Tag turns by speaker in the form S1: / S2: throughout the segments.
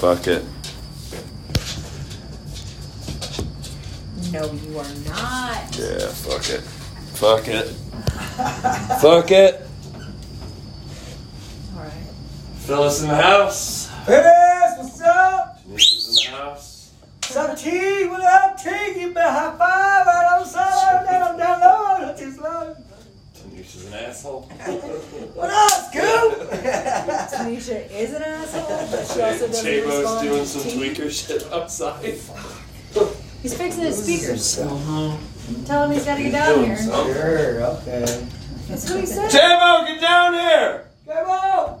S1: bucket.
S2: No, you are not.
S1: Yeah, fuck it. Fuck it. fuck it.
S2: All right.
S3: Phyllis in the house.
S4: Yes, what's up?
S3: Janice in the house.
S4: What's up, T? What up, T? Give me a high five. I don't sound down, I'm down low. Not too slow.
S3: Janice is an asshole.
S4: What up, Scoop?
S2: Tanisha is an asshole, but she also doesn't
S3: Chavo's
S2: respond to
S3: doing some
S2: tea.
S3: tweaker shit outside.
S2: He's fixing his speakers.
S3: Uh-huh.
S2: Tell him he's got to get down
S3: doing
S2: here.
S3: something.
S4: sure, okay.
S2: That's what he said.
S3: Chavo, get down here!
S4: Come
S2: I
S4: on.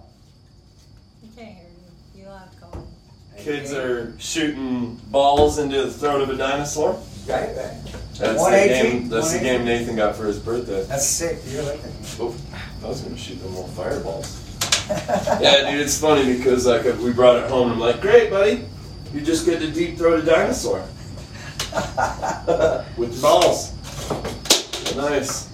S2: can't hear you. You'll have to call him.
S3: Kids are shooting balls into the throat of a dinosaur.
S4: Right back.
S3: That's the
S4: 118,
S3: game. That's the
S4: 118.
S3: game Nathan got for his birthday.
S4: That's sick. You're like that.
S3: Oh, I was gonna shoot them little fireballs. Yeah, dude, it's funny because like we brought it home. and I'm like, great, buddy, you just get to deep throat a dinosaur with your balls. Nice.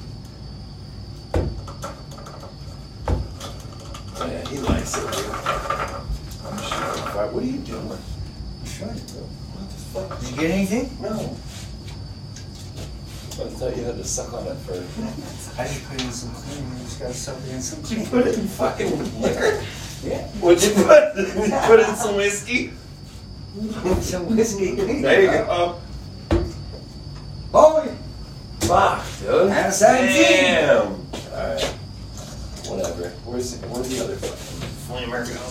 S3: Oh, yeah, he likes it. Dude. I'm shooting fire- What are you doing? What the fuck?
S4: Did you get anything?
S3: No. I thought you had to suck on it first.
S4: I just put in some clean. You just gotta soak it in some
S3: Did you
S4: clean.
S3: put it in fucking liquor?
S4: Yeah.
S3: Would you put you put in some whiskey?
S4: Some whiskey.
S3: There you go.
S4: Boy,
S3: Fuck, dude.
S4: That's seventeen.
S3: Damn. Alright. Whatever. Where's the, where's the other fucking flamer go?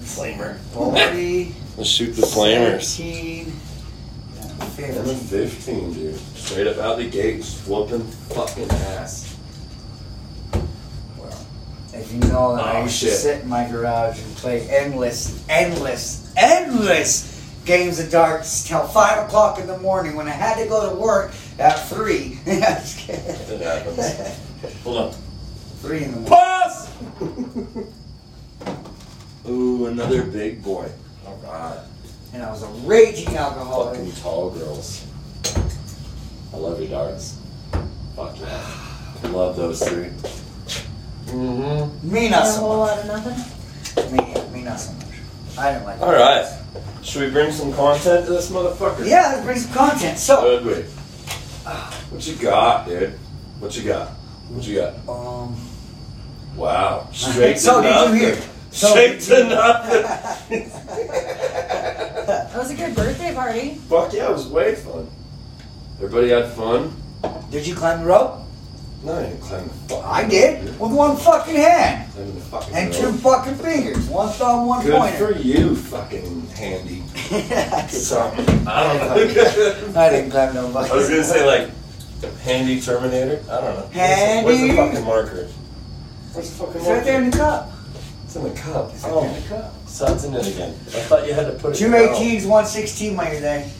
S3: Flamer.
S4: 40,
S1: Let's shoot the flamers.
S4: 13,
S3: Number
S4: 15.
S3: 15, dude. Straight up out the gate, whooping fucking ass.
S4: Well, if you know that
S3: Oh,
S4: I used
S3: shit.
S4: to sit in my garage and play endless, endless, endless games of darts till five o'clock in the morning when I had to go to work at three. Just kidding.
S3: It happens. Hold on.
S4: three in the morning.
S3: Pause! Ooh, another big boy. Oh god.
S4: And I was a raging alcoholic.
S3: Fucking tall girls. I love your darts. Fuck yeah. Love those three. Mm-hmm.
S4: Me
S2: Not
S4: not
S2: a whole
S4: so
S2: lot of nothing.
S4: much. Me, me not so much. I didn't like it.
S3: Alright. Should we bring some content to this motherfucker?
S4: Yeah, let's bring some content. So,
S3: Should we? What you got, dude? What you got? What you got?
S4: um,
S3: Wow. Straight to
S4: so did
S3: nothing.
S4: you hear? So
S3: Straight
S4: did you-
S3: to nothing.
S2: That was a good birthday party.
S3: Fuck yeah, it was way fun. Everybody had fun?
S4: Did you climb the rope?
S3: No, I didn't climb the fuck.
S4: I did with one fucking hand
S3: Climb the fucking
S4: and
S3: rope.
S4: two fucking fingers, one thumb, one
S3: Good
S4: pointer.
S3: for you, fucking handy.
S4: Something.
S3: I don't know.
S4: I didn't climb no bucket.
S3: I was gonna say like handy Terminator. I don't know. Where's the, where's
S4: Handy?
S3: the fucking marker? Where's the fucking
S4: It's
S3: marker?
S4: right there in the cup.
S3: It's in the cup.
S4: It's right there
S3: Oh,
S4: in the cup.
S3: so it's in it again. I thought you had to put it.
S4: Two
S3: down.
S4: 18s, 116 my day.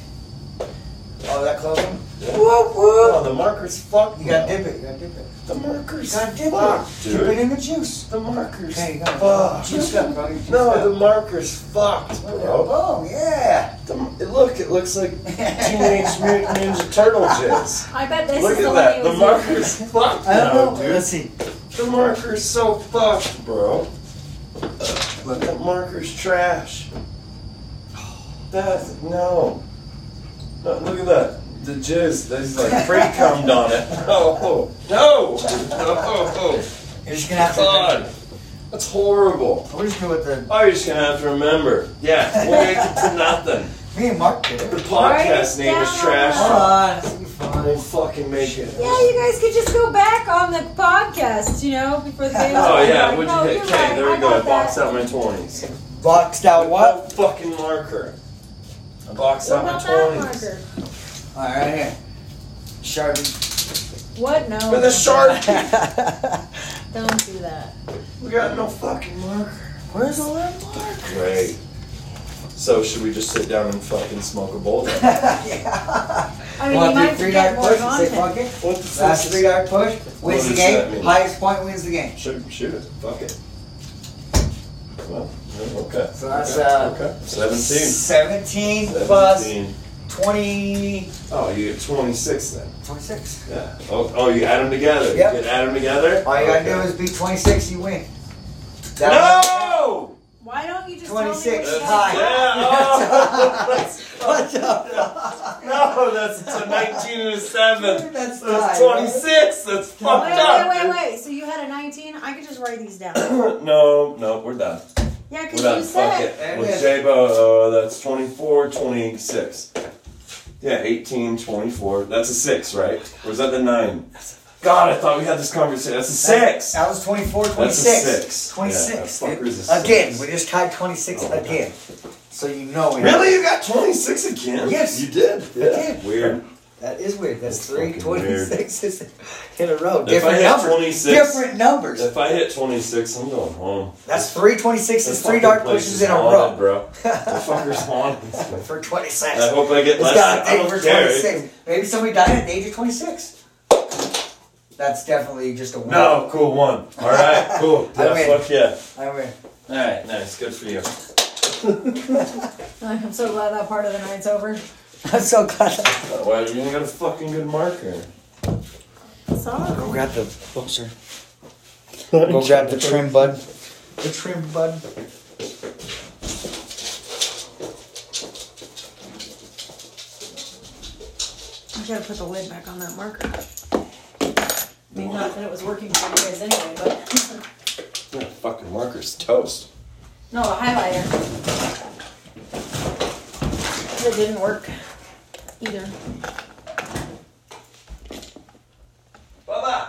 S4: Oh, that close one?
S3: Yeah.
S4: Whoop,
S3: Oh,
S4: whoop.
S3: the marker's fucked.
S4: You gotta
S3: now.
S4: dip it, you gotta dip it.
S3: The marker's
S4: You gotta dip
S3: fucked,
S4: it. Dip it
S3: dude.
S4: in the juice.
S3: The marker's
S4: Okay, you got
S3: fucked.
S4: it. Juice up, buddy. Juice
S3: No,
S4: up.
S3: the marker's fucked, bro.
S4: Oh, yeah.
S3: The, m- look, it looks like Teenage Mutant Ninja Turtle jizz.
S2: I bet this
S3: Look
S2: is the
S3: at
S2: one
S3: that.
S2: he
S3: The
S2: was using.
S3: marker's fucked
S4: I don't
S3: now,
S4: know.
S3: dude.
S4: Let's see.
S3: The marker's so fucked, bro.
S4: Look.
S3: That marker's trash. That no. No, look at that. The jizz. There's like pre cummed on it. Oh no! No!
S4: You're just gonna have to.
S3: God, that's horrible.
S4: We're just gonna do it with
S3: Oh, you're just gonna have to remember. Yeah, we'll make it to nothing.
S4: the. Me and Mark did
S3: The
S4: it.
S3: podcast name is
S4: Hold
S3: trash.
S4: on. This will be
S3: We'll
S4: fun.
S3: fucking make it.
S2: Yeah, you guys could just go back on the podcast, you know, before the game. was
S3: Oh
S2: over.
S3: yeah,
S2: Like,
S3: what'd
S2: no,
S3: you hit?
S2: you're
S3: Okay,
S2: right,
S3: there we
S2: I
S3: go. I
S2: got
S3: boxed
S2: that.
S3: out my twenties.
S4: Boxed out what?
S3: No fucking marker. I boxed
S2: What
S3: out my
S2: about that
S3: twenties.
S2: marker?
S4: Alright, right here. Sharpie.
S2: What? No.
S3: With a sharpie.
S2: Don't do that.
S3: we got no fucking marker.
S4: Where's all that mark?
S3: Great. So should we just sit down and fucking smoke a bowl? Then?
S4: yeah.
S2: I mean,
S4: Well,
S2: you
S4: if you
S2: might
S4: three
S2: get
S4: dart
S2: more
S4: push and say
S2: content.
S4: fuck it.
S3: What the fuck?
S4: Last
S3: is-
S4: three dart push
S3: What
S4: wins the
S3: does that
S4: game.
S3: mean?
S4: Highest point wins the game.
S3: Shoot, shoot it. Fuck it. Well, okay.
S4: So that's,
S3: okay.
S4: uh,
S3: okay. seventeen.
S4: 17 plus
S3: 17.
S4: 20.
S3: Oh, you get twenty-six then.
S4: 26.
S3: Yeah. Oh, oh, you add them together.
S4: Yep.
S3: You can add them together.
S4: All you gotta
S3: Okay.
S4: do is beat 26, you win. That
S3: No!
S2: Why don't you just tell me
S4: 26.
S2: what you
S4: Hi.
S2: have?
S3: Yeah, oh, that's-
S4: What the fuck?
S3: no, that's to 19 and a 7.
S4: That's
S3: That's
S4: tight.
S3: 26. That's fucked up.
S2: Wait, wait, wait, wait. So you had a 19? I could just write these down.
S3: no, no, we're done.
S2: Yeah,
S3: We're
S2: because
S3: done.
S2: you
S3: Fuck
S2: said.
S3: it.
S4: There
S3: With
S4: it is.
S3: J-Bo, uh, that's 24, 26. Yeah, 18, 24. That's a 6, right? Or is that the 9? God, I thought we had this conversation. That's a 6.
S4: That was 24, 26.
S3: That's a six.
S4: 26.
S3: Yeah, that fucker's a six. Oh,
S4: again, we just tied 26 again. So you know it.
S3: Really? You got 26 again?
S4: Yes.
S1: You did.
S4: I did.
S3: Weird.
S4: That is weird. That's
S3: That's
S4: three
S3: fucking weird.
S4: 26s in a row.
S3: If I
S4: Different
S3: had
S4: numbers.
S3: 26
S4: Different numbers.
S3: If I hit 26, I'm going home.
S4: That's three 26s,
S3: This fucking
S4: three dark
S3: place
S4: bushes
S3: is
S4: in a
S3: haunted, bro.
S4: row.
S3: The fucker's haunted.
S4: For 26.
S3: I hope I get
S4: It's
S3: less.
S4: got a
S3: I
S4: thing
S3: don't
S4: for
S3: care.
S4: 26. Maybe somebody died at the age of 26. That's definitely just a win.
S3: No, cool one. All right, cool.
S4: I
S3: Yeah,
S4: win.
S3: fuck yeah.
S4: I win.
S3: All right, nice. Good for you.
S2: I'm so glad that part of the night's over.
S4: I'm so glad.
S3: Why you even got a fucking good marker?
S2: So,
S4: grab the closer. Go grab the trim bud. The trim bud.
S2: I gotta put the lid back on that marker. I mean, not that it was working for you guys anyway, but.
S3: That fucking marker's toast.
S2: No, the highlighter. It didn't work either.
S3: Bubba.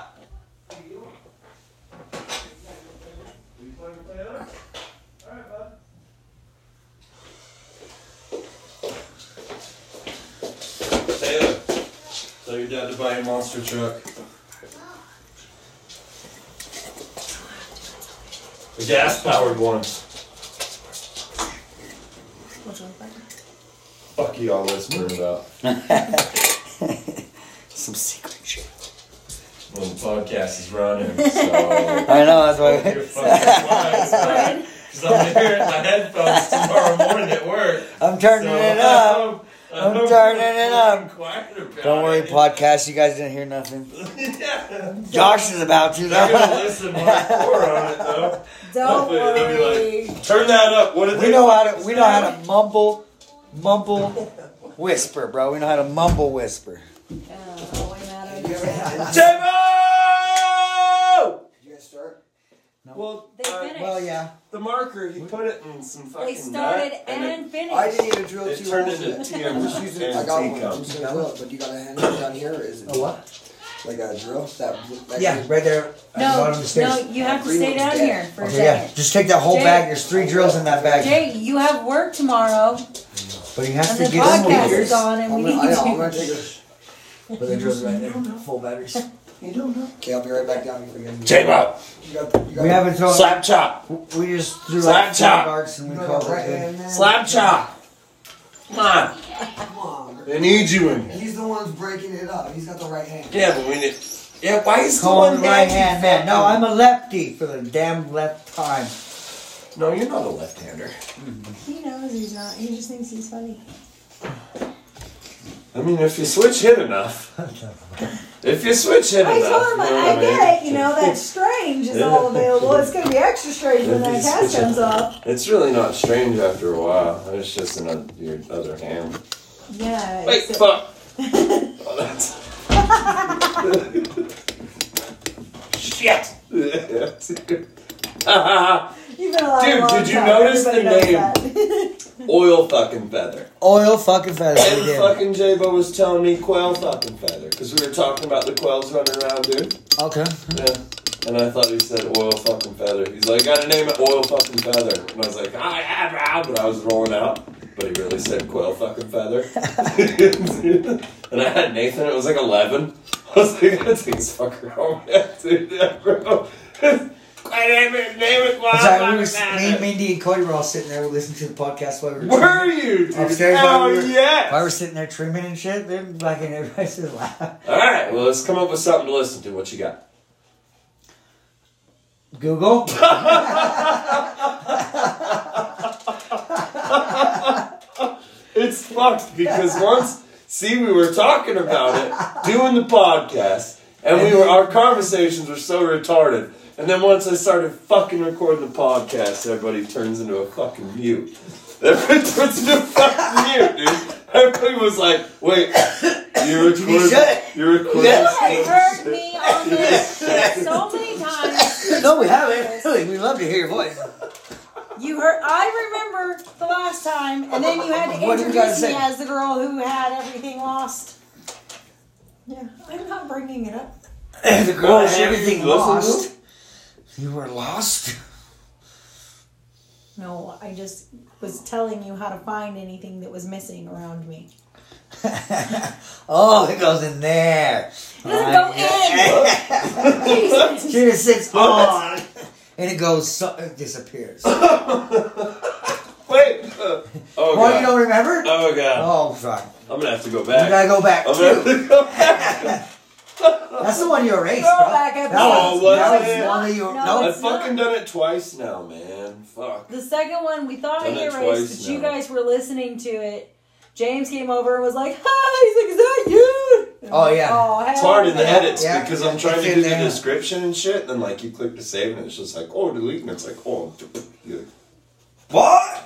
S3: Taylor, tell your dad to buy a monster truck. A gas powered one.
S2: Which one's better?
S3: Fuck you all whispering about.
S4: Some secret shit.
S3: Well, the podcast is running, so.
S4: I know, that's
S3: Hope your fucking mind's not- Cause I'm gonna hear it in my headphones tomorrow morning at work.
S4: I'm turning
S3: so I
S4: it up.
S3: hope- I
S4: I'm
S3: hope
S4: turning
S3: you're
S4: it up.
S3: fucking quiet about
S4: Don't worry,
S3: it.
S4: podcast. You guys didn't hear nothing.
S3: yeah.
S4: Josh is about to,
S3: They're gonna
S4: though.
S3: listen when I pour on it though.
S2: Don't
S3: Hopefully it'll be
S2: worry.
S3: Turn that up. What did
S4: We
S3: they
S4: know how to. We know how to mumble, mumble, whisper, bro. We know how to mumble whisper.
S2: Oh, way mad I did that.
S3: Jimbo!
S4: You gonna start?
S3: Well,
S2: They
S3: uh,
S2: finished.
S4: Well, yeah.
S3: the marker, he put it in some fucking
S2: They started
S3: nut,
S2: and,
S3: and it
S2: finished.
S5: I didn't even drill
S3: It
S5: two
S3: turned
S5: holes in
S3: into
S5: it.
S3: tea. I'm
S5: I'm
S3: just
S5: just
S3: using
S5: gonna- I got one. I'm just gonna drill it, but you gotta hand it down here, or is it
S4: what?
S5: like a drill? That, blue- that
S4: Yeah, right there. At the
S2: no,
S4: bottom of the stairs.
S2: no, you have to stay down here for a
S4: Okay, yeah.
S2: second.
S4: Just take that whole
S2: Jay.
S4: bag. There's three drills in that bag.
S2: Jay, you have work tomorrow,
S4: But you
S2: and
S4: have
S2: the
S4: to get
S2: podcast
S4: them
S2: is on, and
S5: I'm
S2: we
S5: gonna,
S2: need
S5: I know, I'm
S2: you.
S5: gonna take a.
S4: But the drills are right there. Full batteries.
S5: You don't know. Okay, I'll be right back down here.
S3: J-Bo,
S5: You got, you got,
S4: We haven't thrown.
S3: slap chop,
S4: We just threw
S3: Slap
S4: like
S3: chop.
S4: four darts and we
S5: you
S4: called
S5: got
S4: it
S5: right
S4: good.
S5: hand man.
S3: slap chop. Come on.
S5: Come on.
S3: They need you in here.
S5: He's the one's breaking it up. He's got the right hand.
S3: Yeah, but we need. Yeah, why is the
S4: Call him
S3: one
S4: right
S3: hand?
S4: hand man. No, I'm a lefty for the damn left time.
S3: No, you're not a left-hander.
S2: He knows he's not. He just thinks he's funny.
S3: I mean, if you switch hit enough. If you switch hit
S2: I
S3: enough.
S2: told him
S3: you know
S2: I,
S3: what
S2: get it.
S3: mean?
S2: You know that strange is all available. It's gonna be extra strange when that cast comes off.
S3: It's really not strange after a while. It's just another your other hand.
S2: Yeah.
S3: Wait,
S2: it's-
S3: fuck. Oh, that's- Shit.
S2: You've been alive
S3: Dude,
S2: a long
S3: did you
S2: time.
S3: notice the
S2: Everybody knows that.
S3: Oil fucking feather.
S4: Oil fucking feather.
S3: And
S4: we did.
S3: fucking Jabo was telling me quail fucking feather because we were talking about the quails running around, dude.
S4: Okay.
S3: Yeah. And I thought he said oil fucking feather. He's like, gotta name it oil fucking feather. And I was like, ah, yeah, rah," but I was rolling out. But he really said quail fucking feather. and I had Nathan, it was like 11. I was like, I gotta take this fucker home. Yeah, dude, yeah, bro. I name it, name it quail
S4: It's like we
S3: fucking
S4: was, me,
S3: feather.
S4: Mindy, and Cody were all sitting there listening to the podcast while we were
S3: Were you, dude?
S4: Upstairs while
S3: Hell
S4: we were-
S3: yes.
S4: while we were sitting there trimming and shit. They're like, and everybody's just laughing.
S3: All right, well, let's come up with something to listen to. What you got?
S4: Google.
S3: It's fucked because once, see, we were talking about it, doing the podcast, and we were our conversations were so retarded And then once I started fucking recording the podcast, everybody turns into a fucking mute. Everybody turns into a fucking mute, dude. Everybody was like, wait, you
S4: You
S3: recorded.
S4: should.
S3: You recorded.
S4: Yeah.
S2: I've heard me on this shit so many times.
S4: No, we haven't. Really, we love to hear your voice.
S2: You heard. I remember the last time, and then you had to
S4: What did you
S2: introduce
S4: guys
S2: me
S4: say?
S2: as the girl who had everything lost. Yeah, I'm not bringing it up.
S4: the girl
S3: Well,
S4: is
S3: have you
S4: everything
S3: listened to
S4: lost. You were lost?
S2: No, I just was telling you how to find anything that was missing around me.
S4: oh, it goes in there.
S2: It doesn't go in. Jesus.
S4: She just sits on. And it goes, so, it disappears. Why
S3: Wait. uh, oh,
S4: well, you
S3: God.
S4: don't remember?
S3: Oh, God. Oh,
S4: Oh, fuck.
S3: I'm going to have to go
S4: You
S3: back.
S4: gotta go back
S3: I'm going to have
S4: too.
S3: to go back.
S4: That's the one you erased,
S2: Go
S4: bro.
S2: back
S4: that
S2: up.
S4: was,
S3: No,
S4: that
S3: it
S4: was
S3: wasn't.
S4: one that you.
S2: No,
S4: No,
S3: I've
S2: it's not.
S3: fucking done it twice now, man. Fuck.
S2: The second one we thought I
S3: Done it
S2: erased,
S3: twice
S2: but you
S3: now.
S2: guys were listening to it. James came over and was like, "Hi," he's like, "Is that you?" And I'm
S4: Oh,
S2: like,
S4: yeah.
S2: Oh hell
S3: It's hard in the
S2: yeah."
S3: edits
S4: Yeah,
S3: because
S4: yeah,
S3: I'm trying
S4: it's
S3: to
S4: in
S3: do the
S4: there.
S3: description and shit, and then like you click to save and it's just like, oh, delete, and it's like, oh, you're like,
S4: what?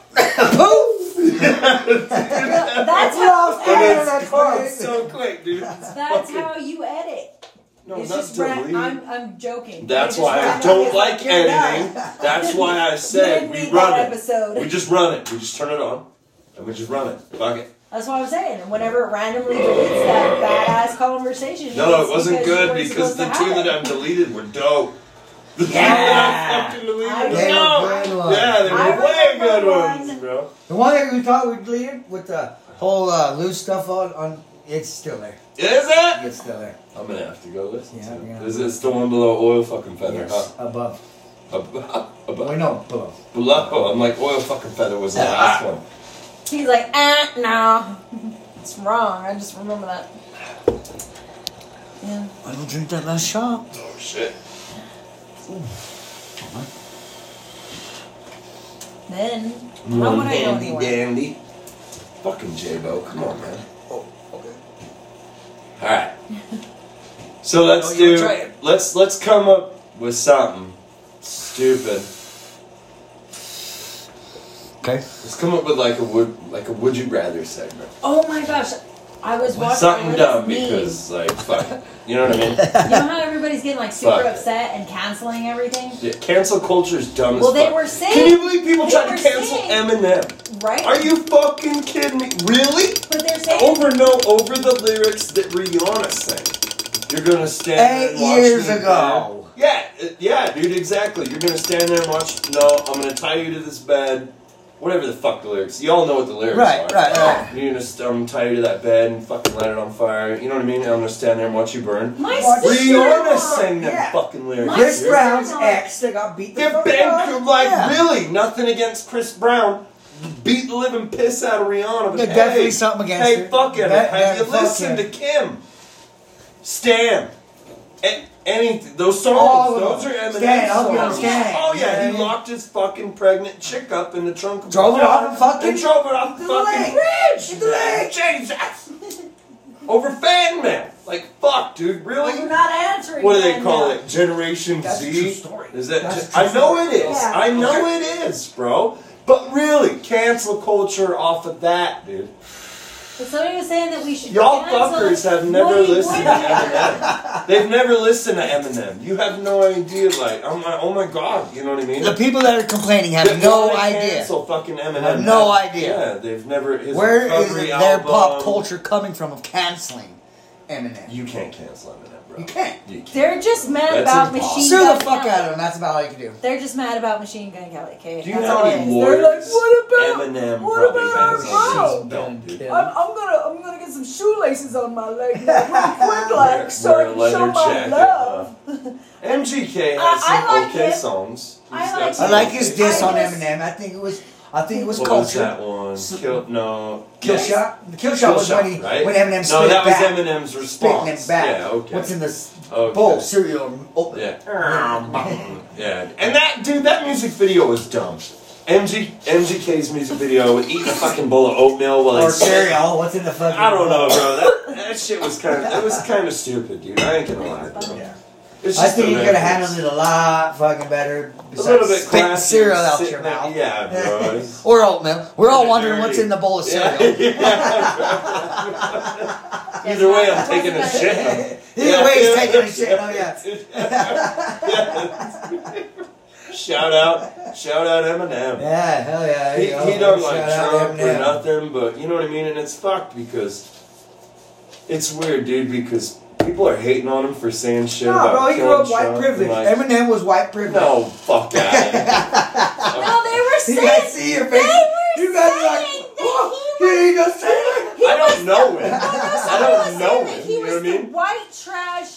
S4: Poof!
S2: That's how
S4: It is.
S2: edit
S3: it's
S4: course.
S3: so quick, dude. It's
S2: That's
S3: fucking-
S2: how you edit.
S3: no,
S2: it's
S3: not
S2: just ra-
S3: delete.
S2: I'm I'm joking.
S3: That's
S2: It's
S3: why
S2: just
S3: I
S2: ra-
S3: don't
S2: it's
S3: like
S2: you're done.
S3: editing. That's why I
S2: You
S3: said
S2: didn't
S3: we
S2: need
S3: run
S2: that
S3: it.
S2: episode.
S3: We just run it. We just turn it on, and we just run it. Fuck it.
S2: That's what I'm saying. And whenever it randomly deletes that badass conversation,
S3: No, it
S2: it's
S3: wasn't
S2: because you
S3: good
S2: weren't
S3: because
S2: supposed
S3: the
S2: to
S3: two
S2: have
S3: that
S2: it.
S3: I've deleted were dope. The two
S4: Yeah.
S3: that I fucking deleted.
S2: I-
S3: were
S4: They were
S3: dope.
S4: good ones.
S3: Yeah, they
S2: I
S3: were way
S2: remember
S3: good
S2: one.
S3: ones, bro.
S4: The one that we thought we deleted with the whole uh, loose stuff on, on, it's still there.
S3: Is it?
S4: It's still there.
S3: I'm gonna have to go listen
S4: Yeah,
S3: to it.
S4: yeah.
S3: Is it the one below oil fucking feather? Uh,
S4: Yes, above.
S3: Huh? Ab-
S4: Oh,
S3: ab-
S4: no, below.
S3: Below. I'm like oil fucking feather was the last one.
S2: He's like, eh, no. It's wrong. I just remember that. Yeah.
S4: I don't drink that last shot.
S3: Oh shit.
S2: Then, how would I know
S3: Dandy
S2: anymore?
S3: dandy. Fucking J-Bo, come on man.
S5: Oh, okay.
S3: Alright. So let's
S4: Oh, you were
S3: do
S4: trying.
S3: let's let's come up with something stupid.
S4: Okay.
S3: Let's come up with like a would like a would you rather segment.
S2: Oh my gosh. I was watching
S3: Something
S2: I noticed
S3: dumb
S2: memes.
S3: because like fuck. You know what I mean?
S2: You know how everybody's getting like super
S3: Fuck.
S2: upset and canceling everything?
S3: Yeah, cancel culture is dumb
S2: Well,
S3: as
S2: they
S3: fuck.
S2: were saying-
S3: Can you believe people
S2: they
S3: tried
S2: were
S3: to cancel
S2: saying-
S3: Eminem?
S2: Right?
S3: Are you Oh fucking kidding me? Really?
S2: but they're saying
S3: Over no over the lyrics that Rihanna sang. You're gonna stand there and
S4: Eight
S3: watch
S4: years
S3: me,
S4: ago.
S3: man. Yeah, uh, yeah, dude, exactly. You're gonna stand there and watch. No, I'm gonna tie you to this bed. Whatever the fuck the lyrics. You all know what the lyrics
S4: Right,
S3: are.
S4: right, right.
S3: You're gonna st- I'm gonna tie you to that bed and fucking light it on fire. You know what I mean? I'm gonna stand there and watch you burn.
S2: my
S4: Watch
S2: sister
S3: Rihanna sang them
S4: yeah.
S3: fucking lyrics.
S2: My
S4: Chris
S2: sister-
S4: Brown's ex that got beat the
S3: Get
S4: fuck
S3: banged
S4: up.
S3: like
S4: Yeah.
S3: really nothing against Chris Brown. Beat the living piss out of Rihanna. But
S4: Yeah,
S3: hey,
S4: definitely something against
S3: Hey,
S4: her.
S3: fuck it.
S4: That-
S3: Have you
S4: that- fuck
S3: listened
S4: yeah.
S3: to Kim? Stan. A- anything. Those songs.
S4: All of
S3: those
S4: them.
S3: are Eminem
S4: Stan, all of them,
S3: songs.
S4: Stan.
S3: Oh yeah, he
S4: Yeah.
S3: locked his fucking pregnant chick up in the trunk of
S4: Drove
S3: a
S4: her
S3: car
S4: off a fucking-
S3: and drove her off a
S4: the
S3: fucking
S4: lake.
S3: bridge.
S4: The lake.
S3: Jesus. Over fan mail. Like fuck, dude. Really?
S2: You're not answering.
S3: what do they
S2: them.
S3: call it? Generation
S4: That's a
S3: Z?
S4: true story.
S3: Is that
S4: That's
S3: just,
S4: a true
S3: I know it is.
S2: Yeah.
S3: I know it is, bro. But really, cancel culture off of that, dude.
S2: But somebody was saying that we should.
S3: Y'all
S2: cancel
S3: fuckers have never
S2: Woody
S3: listened to
S2: Woodpecker.
S3: Eminem. They've never listened to Eminem. You have no idea. Like, I'm like, oh my god, you know what I mean?
S4: The people that are complaining have
S3: They
S4: no
S3: wanna
S4: idea.
S3: Cancel fucking Eminem.
S4: Have no idea.
S3: Yeah, they've never. His
S4: Where is
S3: recovery
S4: their
S3: album,
S4: pop culture coming from of canceling Eminem?
S3: You can't cancel Eminem, bro.
S4: You can't.
S3: You can't.
S2: They're just mad
S3: That's
S2: about
S3: impossible.
S2: machine.
S4: Sue
S2: gun
S4: the fuck
S2: Kelly.
S4: out of him. That's about all you can do.
S2: They're just mad about Machine Gun Kelly. Okay,
S3: Do you
S2: that's
S3: know
S2: all
S3: how
S2: it is.
S3: many
S2: They're like,
S3: awards
S2: what about?
S3: Eminem
S2: what
S3: probably
S2: about
S3: has
S2: our
S3: on his
S2: bro?
S3: belt, dude?
S2: I'm, I'm gonna I'm gonna get some shoelaces on my leg now, real quick, like so I
S3: Wear a
S2: can
S3: leather
S2: show my
S3: jacket,
S2: love.
S3: huh? MGK has
S2: I-
S3: some
S2: I like
S3: okay
S2: him.
S3: songs. He's
S2: I
S3: got
S2: like
S4: I
S3: some
S2: him.
S4: like his
S3: okay
S4: diss on
S3: songs.
S2: Yes.
S4: Eminem. I think it was. I think it was
S3: What was
S4: culture.
S3: that one? Kill, no.
S4: Kill
S3: yes.
S4: shot. The kill shot
S3: Kill
S4: was
S3: Shot,
S4: when, he,
S3: right?
S4: when Eminem spit
S3: No, that was
S4: back,
S3: Eminem's response.
S4: spitting it back.
S3: Yeah, okay.
S4: What's in this
S3: Okay.
S4: bowl? Cereal. Oh,
S3: Yeah. yeah. And that, dude, that music video was dumb. MG, MGK's music video, eating a fucking bowl of oatmeal while
S4: Or
S3: he's
S4: cereal. What's in the fucking?
S3: I don't know, bro. That, that shit was kind of that was kind of stupid, dude. I ain't gonna lie, bro.
S4: Yeah.
S3: It's
S4: I
S3: just
S4: think
S3: the
S4: you could have
S3: methods.
S4: handled it a lot fucking better.
S3: A little bit
S4: Spitting
S3: classy.
S4: cereal out
S3: sitting
S4: your
S3: there-
S4: mouth.
S3: Yeah, bro.
S4: Or oatmeal. We're all wondering
S3: Dirty.
S4: what's in the bowl of
S3: Yeah,
S4: cereal.
S3: yeah. uh, Either way, I'm taking a shit.
S4: Either way, he's taking a shit. Oh yeah.
S3: shout out, shout out Eminem.
S4: Yeah, hell yeah.
S3: He,
S4: you know,
S3: he don't like
S4: shout out
S3: Trump or
S4: Eminem.
S3: nothing, but you know what I mean. And it's fucked because it's weird, dude. Because people are hating on him for saying shit
S4: No,
S3: about
S4: bro, he grew
S3: killing
S4: up white
S3: Trump and,
S4: privilege.
S3: like,
S4: Eminem was white privilege.
S3: No, fuck that.
S2: No, they were
S4: You guys
S2: saying
S4: see your
S2: they were
S4: face? You guys are like,
S2: saying that
S4: oh,
S2: he was.
S4: yeah, he just said it.
S3: I don't know him.
S2: No, no,
S3: I
S2: someone was saying
S3: don't know
S2: that
S3: him.
S2: He
S3: You know
S2: was
S3: what I
S2: the
S3: mean?
S2: white trash,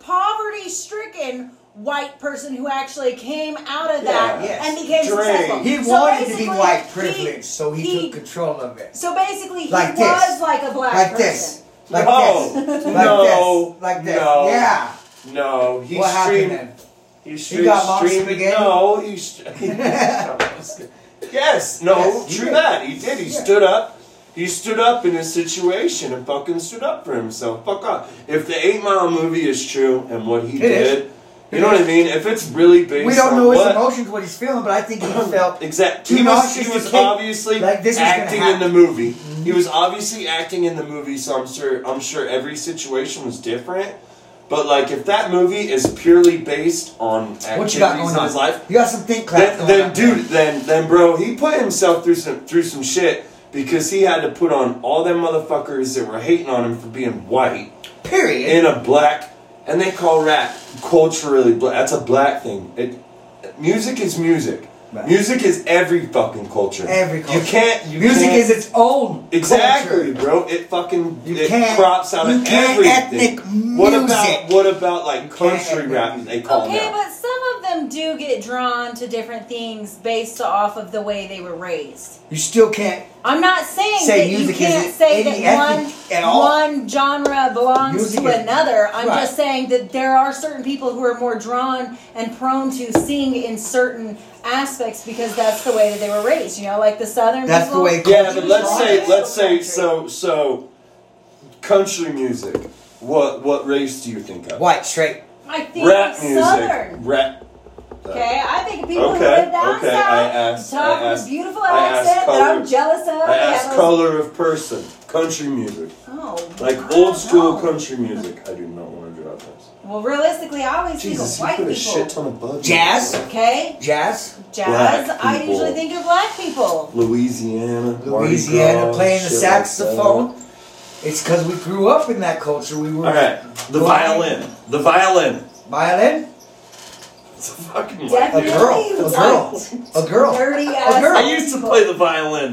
S2: poverty-stricken white person who actually came out of that
S4: Yeah, yes.
S2: and became
S3: Dre.
S2: successful.
S4: He
S2: So
S4: wanted to be
S2: basically,
S4: white
S2: he-
S4: privilege, so he, took control of it.
S2: So basically, he
S4: Like this.
S2: was like a black
S4: Like
S2: person.
S4: this. Like
S3: no,
S4: this. Like
S3: no,
S4: this. Like this.
S3: No,
S4: Yeah.
S3: no. He
S4: what happened
S3: streamed.
S4: then?
S3: He
S4: You
S3: streamed.
S4: got mom's
S3: streamed
S4: spaghetti?
S3: No, he. St- yes. No.
S4: Yes, he
S3: true
S4: did.
S3: that. He did. He
S4: Yeah.
S3: stood up. He stood up in his situation and fucking stood up for himself. Fuck off. If the Eight Mile movie is true and what he
S4: It is.
S3: did, you know what I mean. If it's really based,
S4: We don't
S3: on
S4: know his
S3: what,
S4: emotions, what he's feeling, but I think he felt.
S3: Exactly. He
S4: Too
S3: was,
S4: nauseous
S3: he
S4: to
S3: was
S4: kick.
S3: obviously
S4: Like, this is gonna
S3: acting in the
S4: happen.
S3: movie. He was obviously acting in the movie, so I'm sure I'm sure every situation was different. But like, if that movie is purely based on
S4: What
S3: activities
S4: you got going
S3: in
S4: on?
S3: his life,
S4: You got some think class
S3: then,
S4: going
S3: then
S4: on.
S3: dude, then then bro, he put himself through some through some shit because he had to put on all them motherfuckers that were hating on him for being white
S4: Period.
S3: in a black, and they call rap culturally black. That's a black thing. It, music is music.
S4: Right.
S3: Music is every fucking culture.
S4: Every culture.
S3: You can't. You
S4: Music
S3: can't-
S4: is its own.
S3: exactly,
S4: culture.
S3: bro. It fucking
S4: You
S3: it
S4: can't-
S3: crops out
S4: you
S3: of
S4: can't
S3: everything.
S4: ethnic
S3: What
S4: music.
S3: about what about like
S4: can't
S3: country
S4: ethnic
S3: rap?
S4: music.
S3: They call
S2: Okay,
S3: now.
S2: but some of them do get drawn to different things based off of the way they were raised.
S4: You still can't.
S2: I'm not saying
S4: Say
S2: that you
S4: music
S2: can't
S4: isn't
S2: say
S4: any
S2: that one
S4: ethnic at all.
S2: one genre belongs
S4: Music
S2: to
S4: is-
S2: another. I'm
S4: right.
S2: just saying that there are certain people who are more drawn and prone to sing in certain aspects because that's the way that they were raised. You know, like the southern
S4: That's the
S2: people.
S4: way-
S3: yeah, but let's
S2: Country
S3: say
S2: is
S3: let's
S2: still
S3: say
S2: country.
S3: so so country music. What what race do you think of?
S4: White, straight.
S2: I think
S3: Rap
S2: it's
S3: music.
S2: southern.
S3: Rap.
S2: Okay, I think people who
S3: Okay,
S2: live down
S3: okay,
S2: south
S3: I asked-
S2: talk
S3: I
S2: with
S3: asked-
S2: a beautiful
S3: I asked
S2: accent that I'm
S3: color-
S2: jealous of.
S3: I
S2: and
S3: asked
S2: those-
S3: color of person. Country music.
S2: Oh,
S3: Like
S4: Ah.
S2: I
S3: old
S2: don't
S3: school
S2: know.
S3: country music. I do not want to drop this.
S2: Well, realistically, I always
S3: Jesus, you
S2: think
S3: put
S2: of
S3: a
S2: white
S3: shit
S2: people.
S3: ton of bugs.
S4: Jazz?
S2: Okay,
S4: Jazz.
S2: jazz.
S3: Black
S2: I
S3: people.
S2: usually think of black people.
S3: Louisiana. Mardi
S4: Louisiana
S3: Gras,
S4: playing the
S3: shit like
S4: saxophone. It's because we grew up in that culture. We were
S3: that. All right, the violin. The violin.
S4: violin.
S3: It's a fucking
S4: A
S2: Definitely
S3: white.
S4: girl. A
S2: white.
S4: girl. A girl.
S2: Dirty ass.
S4: girl.
S2: white
S3: I used to
S2: people.
S3: play the violin.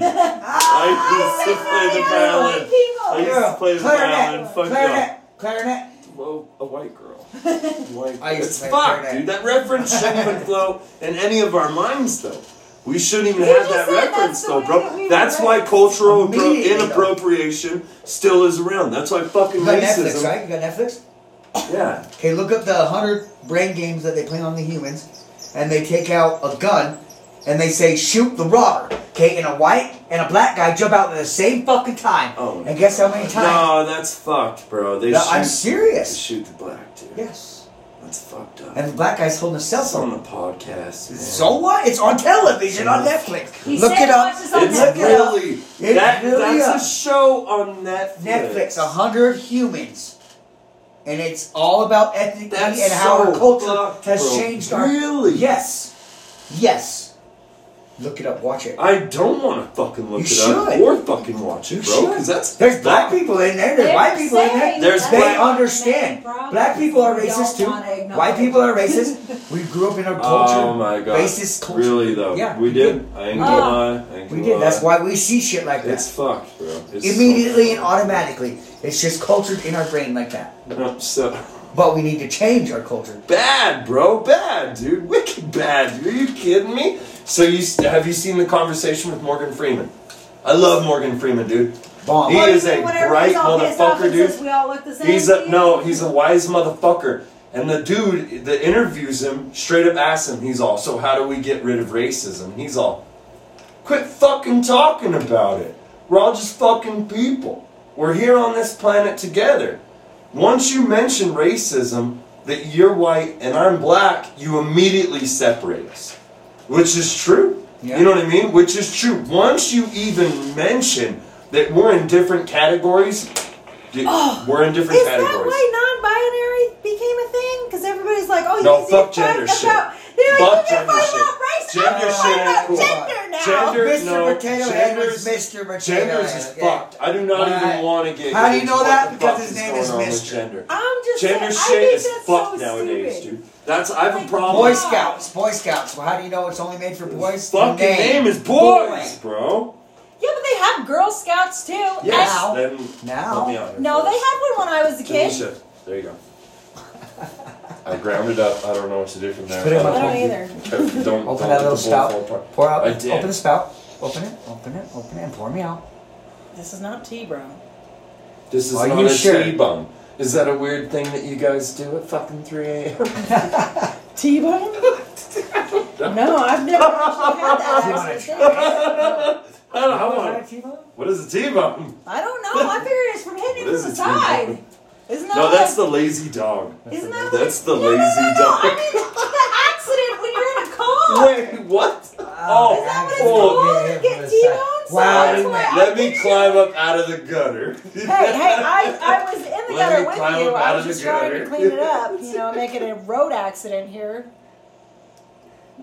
S3: I used to play the
S2: White people.
S3: violin. I used to play the violin.
S4: clarinet,
S3: Fuck
S4: clarinet, clarinet.
S3: Well, a white girl.
S4: I used to play
S3: fuck,
S4: clarinet.
S3: dude. That reference shouldn't even flow in any of our minds, though. We shouldn't even
S2: You
S3: have
S2: just
S3: that
S2: said that's
S3: reference,
S2: the
S3: though,
S2: way that we
S3: bro.
S2: were
S3: That's why
S2: raised.
S3: cultural appro-
S4: Immediately, though.
S3: inappropriation still is around. That's why fucking
S4: You got
S3: racism.
S4: Netflix, right? You got Netflix.
S3: Yeah.
S4: Okay, look up the hundred brain games that they play on the humans, and they take out a gun, and they say shoot the robber. Okay, and a white and a black guy jump out at the same fucking time.
S3: Oh,
S4: and guess how many times?
S3: No, that's fucked, bro. They
S4: No,
S3: shoot,
S4: I'm
S3: they
S4: serious.
S3: shoot the black dude.
S4: Yes.
S3: That's fucked up.
S4: And the black guy's holding a cell
S3: that's on
S4: phone.
S3: the podcast. Man.
S4: So what? It's on television on Netflix.
S2: He
S4: Look
S2: said
S4: it up.
S2: watch this on
S3: it's
S2: Look
S4: it up.
S3: really
S4: It's
S3: that,
S4: really
S3: that's a show on Netflix.
S4: Netflix, a hundred humans. And it's all about ethnicity
S3: That's
S4: and how
S3: so
S4: our culture
S3: fucked,
S4: has
S3: bro.
S4: changed our
S3: Really?
S4: Yes. Yes. Look it up, watch it.
S3: I don't want to fucking look
S4: You
S3: it up
S4: should.
S3: or fucking watch it,
S4: You
S3: bro.
S4: should.
S3: Because that's
S4: There's black
S3: that-
S4: people in there, there's
S2: They're
S4: white people in there.
S2: saying
S3: There's
S2: that's
S4: They
S3: black-
S2: the
S4: understand.
S2: main problem.
S4: Black people are
S2: We don't
S4: racist
S2: wanna
S4: too.
S2: acknowledge
S4: White
S2: it.
S4: people are racist. We grew up in a culture.
S3: Oh my god.
S4: Racist culture.
S3: Really though.
S4: Yeah,
S3: we
S4: we
S3: did. I Uh, ain't gonna
S2: Ah.
S3: lie. I ain't
S4: We
S3: gonna
S4: did. That's
S3: lie.
S4: why we see shit like that.
S3: It's fucked, bro. It's
S4: Immediately and
S3: so fucked.
S4: automatically. It's just cultured in our brain like that.
S3: No, so
S4: But we need to change our culture.
S3: bad, bro. Bad, dude. Wicked bad. Dude. Are you kidding me? So you s- have you seen the conversation with Morgan Freeman? I love Morgan Freeman, dude.
S4: Bomb.
S3: He
S2: Well, you
S3: is
S2: mean
S3: a
S2: whenever
S3: bright
S2: he's all pissed off
S3: motherfucker,
S2: and
S3: dude.
S2: says We all look the same.
S3: He's a
S2: to
S3: no.
S2: you?
S3: He's a wise motherfucker. And the dude that interviews him straight up asks him. He's all, so how do we get rid of racism? He's all, quit fucking talking about it. We're all just fucking people. We're here on this planet together. Once you mention racism, that you're white and I'm black, you immediately separate us. Which is true.
S4: Yeah.
S3: You know what I mean? Which is true. Once you even mention that we're in different categories, d-
S2: Oh,
S3: we're in different
S2: Is that
S3: categories.
S2: why non-binary became a thing? Because everybody's like, "Oh, you
S3: No,
S2: guys
S3: fuck
S2: need to fight
S3: gender
S2: about."
S3: shit.
S2: They're like,
S3: Fuck
S2: you can
S3: gender
S2: fight
S3: shit.
S2: about race.
S3: Gender
S2: you can
S3: shit
S2: fight
S3: ain't
S2: about
S3: cool.
S2: gender now.
S3: Gender-
S4: Mr.
S3: no,
S4: Potato Head was
S3: genders-
S4: Mr. Potato
S3: Genders
S4: Head,
S3: is
S4: okay?
S3: fucked. I do not
S4: Right.
S3: even want to get.
S4: How do you
S3: into
S4: know
S3: what
S4: that?
S3: the
S4: Because
S3: fuck
S4: his
S3: is
S4: name
S3: going
S4: is
S3: on with
S4: Mr..
S3: Gender.
S2: I'm just
S3: Gender
S2: saying,
S3: shit
S2: I
S3: is
S2: think that's
S3: fucked
S2: so
S3: nowadays,
S2: stupid.
S3: dude. That's I have a
S2: Like,
S3: problem.
S4: Boy
S2: Wow.
S4: Scouts, Boy Scouts. Well, how do you know it's only made for boys?
S3: Fucking
S4: The
S3: name is boys, bro.
S2: Yeah, but they have Girl Scouts too.
S3: Yes.
S4: Now.
S3: Then
S4: Now.
S3: help me out here,
S2: And- no, they
S3: please.
S2: had one when I was a kid.
S3: Tanisha, There you go. I ground it up. I don't know what to do from there.
S4: Put it in my
S2: I don't
S4: Open
S2: either.
S3: don't, don't
S4: Open
S3: let
S4: that little
S3: the bowl fall apart.
S4: spout. Pour out.
S3: I did.
S4: Open the spout. Open it. Open it. Open it and pour me out.
S2: This is not tea, bro.
S3: This is
S4: Are
S3: not
S4: you
S3: a
S4: sure?
S3: T-bone. Is that a weird thing that you guys do at fucking 3 a.m.?
S2: Tea bone? no, I've never actually had that. as a thing.
S3: I don't know. What is a T-bone?
S2: I don't know. I figured it's from hitting it
S3: What
S2: from
S3: is
S2: the
S3: a tea
S2: side.
S3: bone?
S2: Isn't that
S3: No,
S2: what
S3: that's the lazy dog.
S2: Isn't that what
S3: That's the
S2: no, no,
S3: lazy
S2: no, no.
S3: dog.
S2: I mean, the accident when you're in a car.
S3: Wait, what? Oh,
S2: Is that what it's
S3: oh,
S2: called? You get T-boned?
S4: Wow,
S2: So that's
S4: wait a
S2: why
S4: minute.
S2: I
S3: Let me
S2: think-
S3: climb up out of the gutter.
S2: Hey, hey, I, I was in the
S3: Let
S2: gutter
S3: me
S2: with you.
S3: climb up out
S2: I was
S3: of the
S2: just trying to
S3: gutter.
S2: clean it up, you know, make it a road accident here.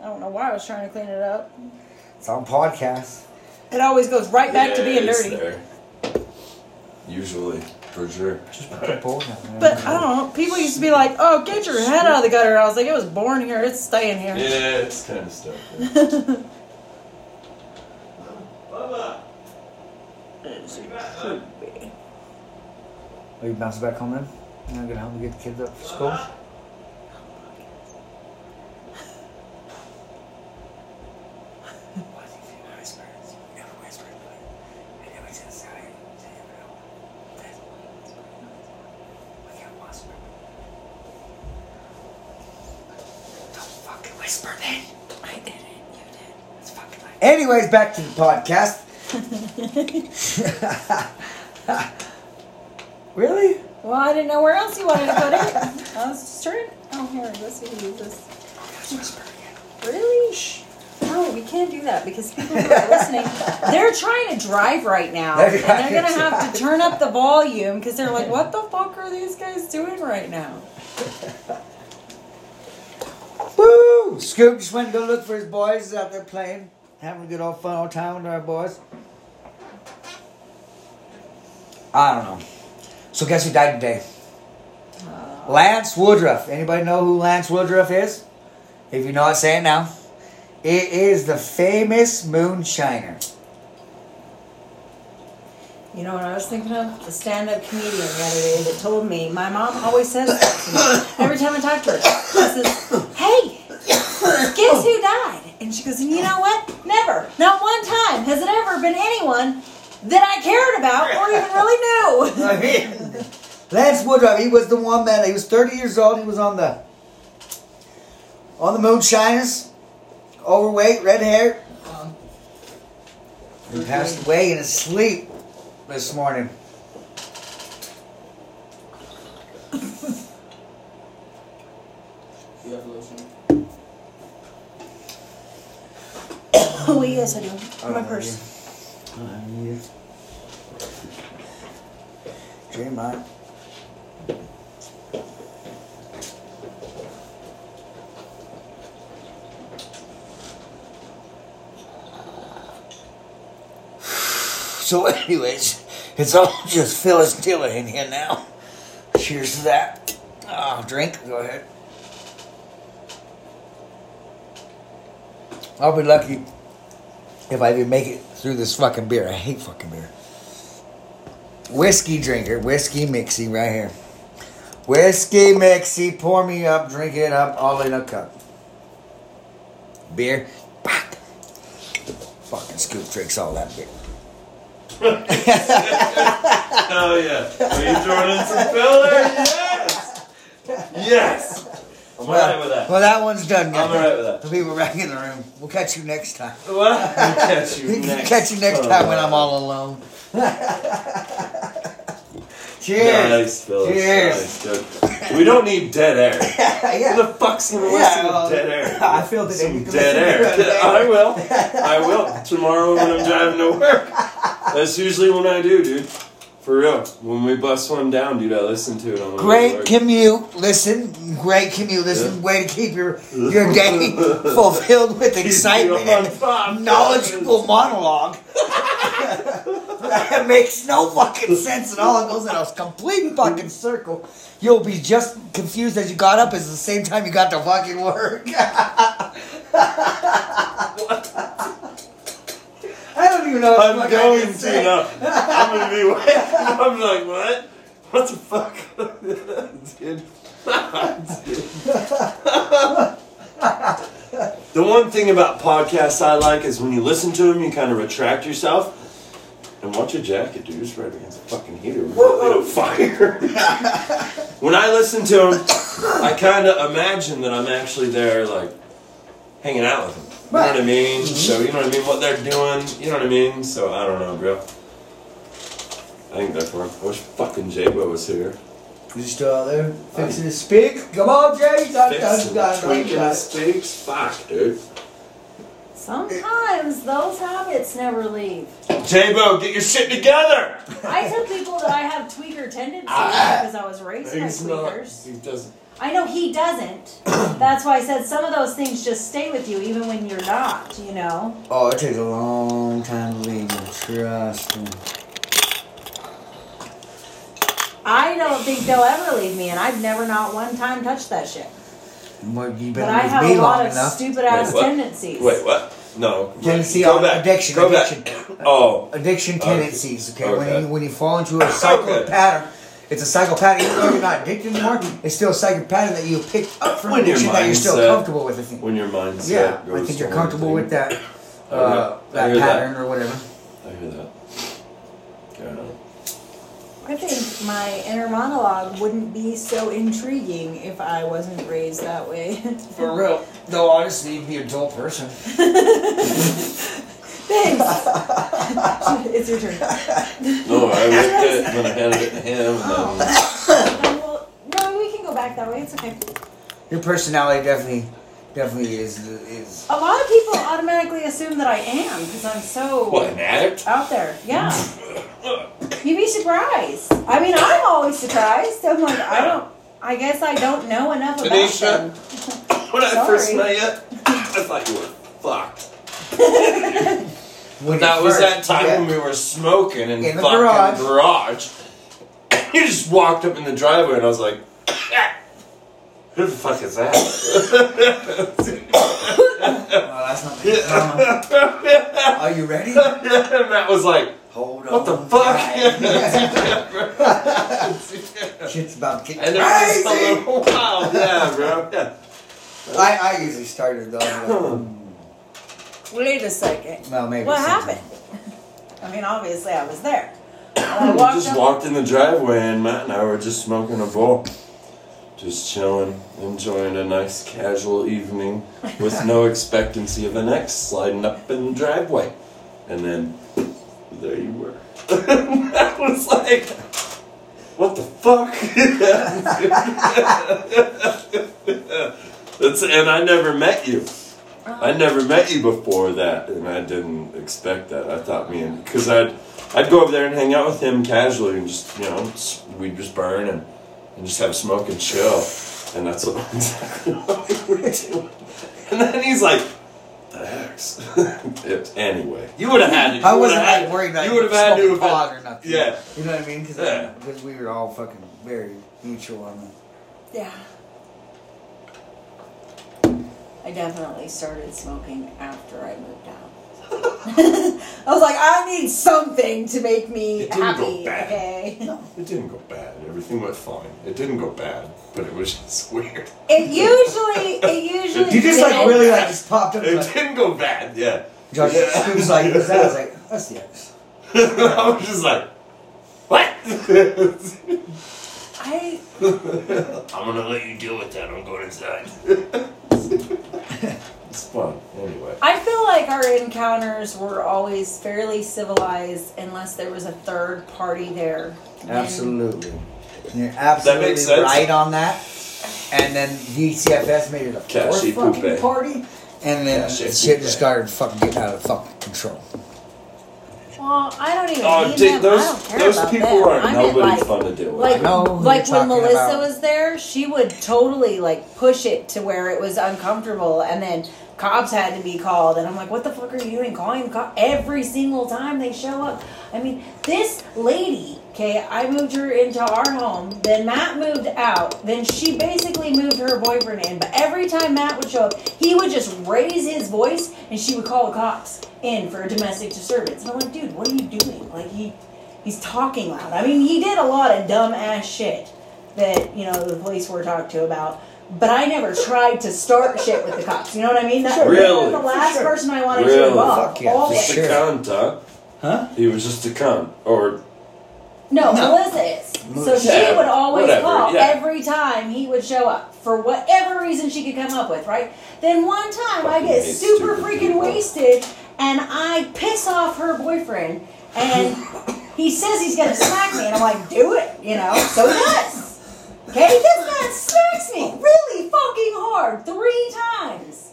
S2: I don't know why I was trying to clean it up.
S4: It's on podcast.
S2: It always goes right back to being dirty.
S3: Usually, for sure.
S4: Just put the bowl down there.
S2: But I don't know. People used to be like, "Oh, get your head out of the gutter." I was like, "It was born here. It's staying here."
S3: Yeah, it's kind of stuck. there.
S2: It's creepy.
S4: Are you bouncing back home then? You're not gonna help me get the kids up for school? Anyways, back to the podcast. really?
S2: Well, I didn't know where else you wanted to put it. I was just trying. Oh, here, let's see who use this. Really? Shh. No, we can't do that because people who are listening, they're trying to drive right now,
S4: They're
S2: and
S4: trying
S2: they're gonna
S4: to
S2: have
S4: drive.
S2: to turn up the volume because they're like, "What the fuck are these guys doing right now?"
S4: Woo! Scoop just went to go look for his boys out there playing, having a good old fun old time with our boys. I don't know. So guess who died today? Lance Woodruff. Anybody know who Lance Woodruff is? If you know it, say it now. It is the famous moonshiner.
S2: You know what I was thinking of? The stand-up comedian the other day that told me my mom always says that to me every time I talk to her. She says, "Hey, guess who died?" And she goes, "And you know what? Never, not one time has it ever been anyone that I cared about or even really knew."
S4: I mean, Lance Woodruff, he was the one that he was 30 years old. He was on the on the Moonshiners, overweight, red hair. He passed away in his sleep this morning.
S5: You have lotion?
S2: Oh yes, I do. My purse.
S4: Dream on. So, anyways, it's all just Phyllis Diller in here now. Cheers to that. Ah, drink. Go ahead. I'll be lucky if I even make it through this fucking beer. I hate fucking beer. Whiskey drinker, whiskey mixie right here. Whiskey mixie, pour me up, drink it up, all in a cup. Beer, pack. Fucking scoop drinks all that beer.
S3: Hell Oh, yeah. Are you throwing in some filler? Yes! Yes! I'm alright with that.
S4: Well, that one's done.
S3: I'm
S4: guys.
S3: alright with that.
S4: The people back in the room. We'll catch you next time.
S3: Well, catch you
S4: Catch you
S3: next
S4: next time when I'm all alone. Cheers.
S3: Nice, fellas.
S4: Cheers.
S3: Nice, dude. We don't need dead air. Who
S4: yeah.
S3: the fuck's gonna
S4: Yeah,
S3: listen
S4: well,
S3: to dead air?
S4: I feel that they
S3: Some
S4: need to
S3: dead
S4: listen to
S3: air.
S4: dead air.
S3: I will. I will tomorrow when I'm driving to work. That's usually when I do, dude. For real. When we bust one down, dude, I listen to it on the way to
S4: Great
S3: work.
S4: commute. Listen, great commute. Listen, way to keep your your day fulfilled with
S3: Keep
S4: excitement
S3: me on
S4: and
S3: top.
S4: knowledgeable monologue. that makes no fucking sense at all. It goes in a complete fucking circle. You'll be just confused as you got up as the same time you got to fucking work. I don't even know. what the
S3: I'm
S4: fuck I
S3: going to
S4: just said.
S3: now. I'm gonna be waiting. I'm like, what? What the fuck? Dude. the one thing about podcasts I like is when you listen to them, you kind of retract yourself. And watch your jacket, dude. It's right against the fucking heater. Whoa. fire. when I listen to them, I kind of imagine that I'm actually there, like, hanging out with them. You know what I mean?
S4: Mm-hmm.
S3: So you know what I mean. What they're doing, you know what I mean. So I don't know, bro. I think that's wrong. I wish fucking J-Bo was here.
S4: Is he still out there fixing his speak? Come on, Jay. Dun, dun,
S3: Fixing,
S4: dun, dun,
S3: Um, tweaking
S4: dun.
S3: his speaks. Fuck, dude.
S2: Sometimes those habits never leave.
S3: J-Bo, get your shit together.
S2: I tell people that I have tweaker tendencies because I was raised by tweakers.
S3: He doesn't.
S2: I know he doesn't. That's why I said some of those things just stay with you even when you're not, you know?
S4: Oh, it takes a long time to leave. me. Trust me.
S2: I don't think they'll ever leave me, and I've never not one time touched that shit.
S4: Well, you
S2: But
S4: better
S2: I have
S4: be
S2: a
S4: long
S2: lot of
S4: enough.
S2: stupid ass
S3: Wait, what?
S2: tendencies.
S3: Wait, what? No.
S4: Tendency
S3: Go
S4: on
S3: back.
S4: addiction,
S3: Go
S4: addiction.
S3: Back. Oh,
S4: Addiction
S3: Okay.
S4: tendencies. Okay, when
S3: Okay.
S4: you when you fall into a cycle
S3: Okay.
S4: pattern, it's a cycle pattern. Even though you're not addicted anymore, it's still a cycle pattern that you picked up from
S3: When your
S4: addiction that you're still
S3: mindset-
S4: comfortable with. I think.
S3: when your mindset.
S4: yeah,
S3: goes
S4: I think
S3: to
S4: you're
S3: one
S4: comfortable
S3: thing.
S4: with that uh,
S3: Okay. I
S4: that
S3: hear that.
S4: pattern or whatever.
S3: I hear that. Go on.
S2: I think my inner monologue wouldn't be so intriguing if I wasn't raised that way.
S4: For real, no, honestly, you'd be a dull person.
S2: Thanks. it's your turn.
S3: No, I ripped it and then I handed it to him. And then
S2: Well, no, we can go back that way. It's okay.
S4: Your personality definitely, definitely is is.
S2: A lot of people automatically assume that I am because I'm
S4: Oh.
S2: so
S3: What, an addict?
S2: out there. Yeah. You'd be surprised. I mean, I'm always surprised. I'm like, I don't. I guess I don't know enough about
S3: Tanisha?
S2: them.
S3: When I
S2: Sorry.
S3: first met you, I thought you were fucked.
S4: When
S3: That
S4: you
S3: was
S4: first
S3: that time
S4: get-
S3: when we were smoking in,
S4: In the
S3: fucking
S4: garage.
S3: garage. You just walked up in the driveway and I was like, "Ah, who the fuck is that?
S4: Oh, that's not the drama. Are you ready?
S3: and Matt was like,
S5: Hold on.
S3: what the fuck?
S4: Shit's about to get
S3: and there was just
S4: crazy.
S3: a little wild. Yeah, bro. Yeah.
S4: I, I usually started though.
S2: Wait a second.
S4: Well, maybe.
S2: What
S4: sometimes.
S2: happened? I mean, obviously I was there. I
S3: We
S2: walked
S3: just
S2: up-
S3: walked in the driveway and Matt and I were just smoking a bowl. Just chilling, enjoying a nice casual evening with no expectancy of the next sliding up in the driveway. And then there you were. I was like, what the fuck? That's, and I never met you. I never met you before that, and I didn't expect that. I thought me and because I'd I'd go over there and hang out with him casually and just you know s- we'd just burn and, and just have smoke and chill, and that's what exactly what we were doing. And then he's like, "The heck's it, anyway." You would have had it.
S4: I
S3: You
S4: wasn't
S3: would've had-
S4: like worried about
S3: you would have had to
S4: smoking
S3: have been-
S4: pot or nothing.
S3: Yeah,
S4: You know what I mean? Because
S3: Yeah.
S4: we were all fucking very mutual on that.
S2: Yeah. I definitely started smoking after I moved out. I was like, I need something to make me
S3: It didn't
S2: happy.
S3: go bad.
S2: Okay.
S3: it didn't go bad. Everything went fine. It didn't go bad, but it was just weird.
S2: It usually, it usually.
S4: You just like
S2: didn't.
S4: really like just popped up.
S3: It
S4: Like,
S3: didn't go bad. Yeah.
S4: Josh he was like, "Who's that?" I was like, "That's the X."
S3: I was just like, what? I'm
S2: I
S3: gonna let you deal with that. I'm going inside. It's fun. Anyway.
S2: I feel like our encounters were always fairly civilized unless there was a third party there. Then-
S4: Absolutely. You're absolutely
S3: makes sense.
S4: right on that. And then DCFS made it a
S3: Cashy
S4: fourth fucking
S3: Poupee.
S4: party. And then
S3: Cashy
S4: shit
S3: Poupee.
S4: just started fucking getting out of fucking control.
S2: Well, I don't even
S3: Oh,
S2: need
S3: dude,
S2: them.
S3: those-
S2: I don't care
S3: those
S2: about
S3: people
S2: them.
S3: are
S2: I meant,
S3: nobody
S2: like,
S3: fun to deal with.
S2: Like,
S4: know who
S2: like
S4: you're
S2: when
S4: talking
S2: Melissa
S4: about.
S2: was there, she would totally like push it to where it was uncomfortable, and then cops had to be called. And I'm like, what the fuck are you doing calling the cop every single time they show up? I mean, this lady. Okay, I moved her into our home. Then Matt moved out. Then she basically moved her boyfriend in. But every time Matt would show up, he would just raise his voice, and she would call the cops in for a domestic disturbance. And I'm like, dude, what are you doing? Like he he's talking loud. I mean, he did a lot of dumb ass shit that you know the police were talked to about. But I never tried to start shit with the cops. You know what I mean? That
S3: Really?
S2: that was the last
S4: For sure.
S2: person I wanted to
S3: Really?
S2: involve.
S4: Fuck yeah,
S2: All
S4: for
S2: day.
S3: Just
S4: Sure.
S3: a cunt, huh?
S4: Huh?
S3: He was just a cunt. Or
S2: No,
S4: No.
S2: Melissa is. So she
S3: Yeah,
S2: would always
S3: whatever,
S2: call
S3: yeah.
S2: every time he would show up for whatever reason she could come up with, right? Then one time I
S3: Fucking
S2: get
S3: hate
S2: super
S3: stupid
S2: freaking
S3: people.
S2: wasted and I piss off her boyfriend and he says he's gonna smack me and I'm like, do it, you know? So he does. Okay, this man smacks me really fucking hard three times.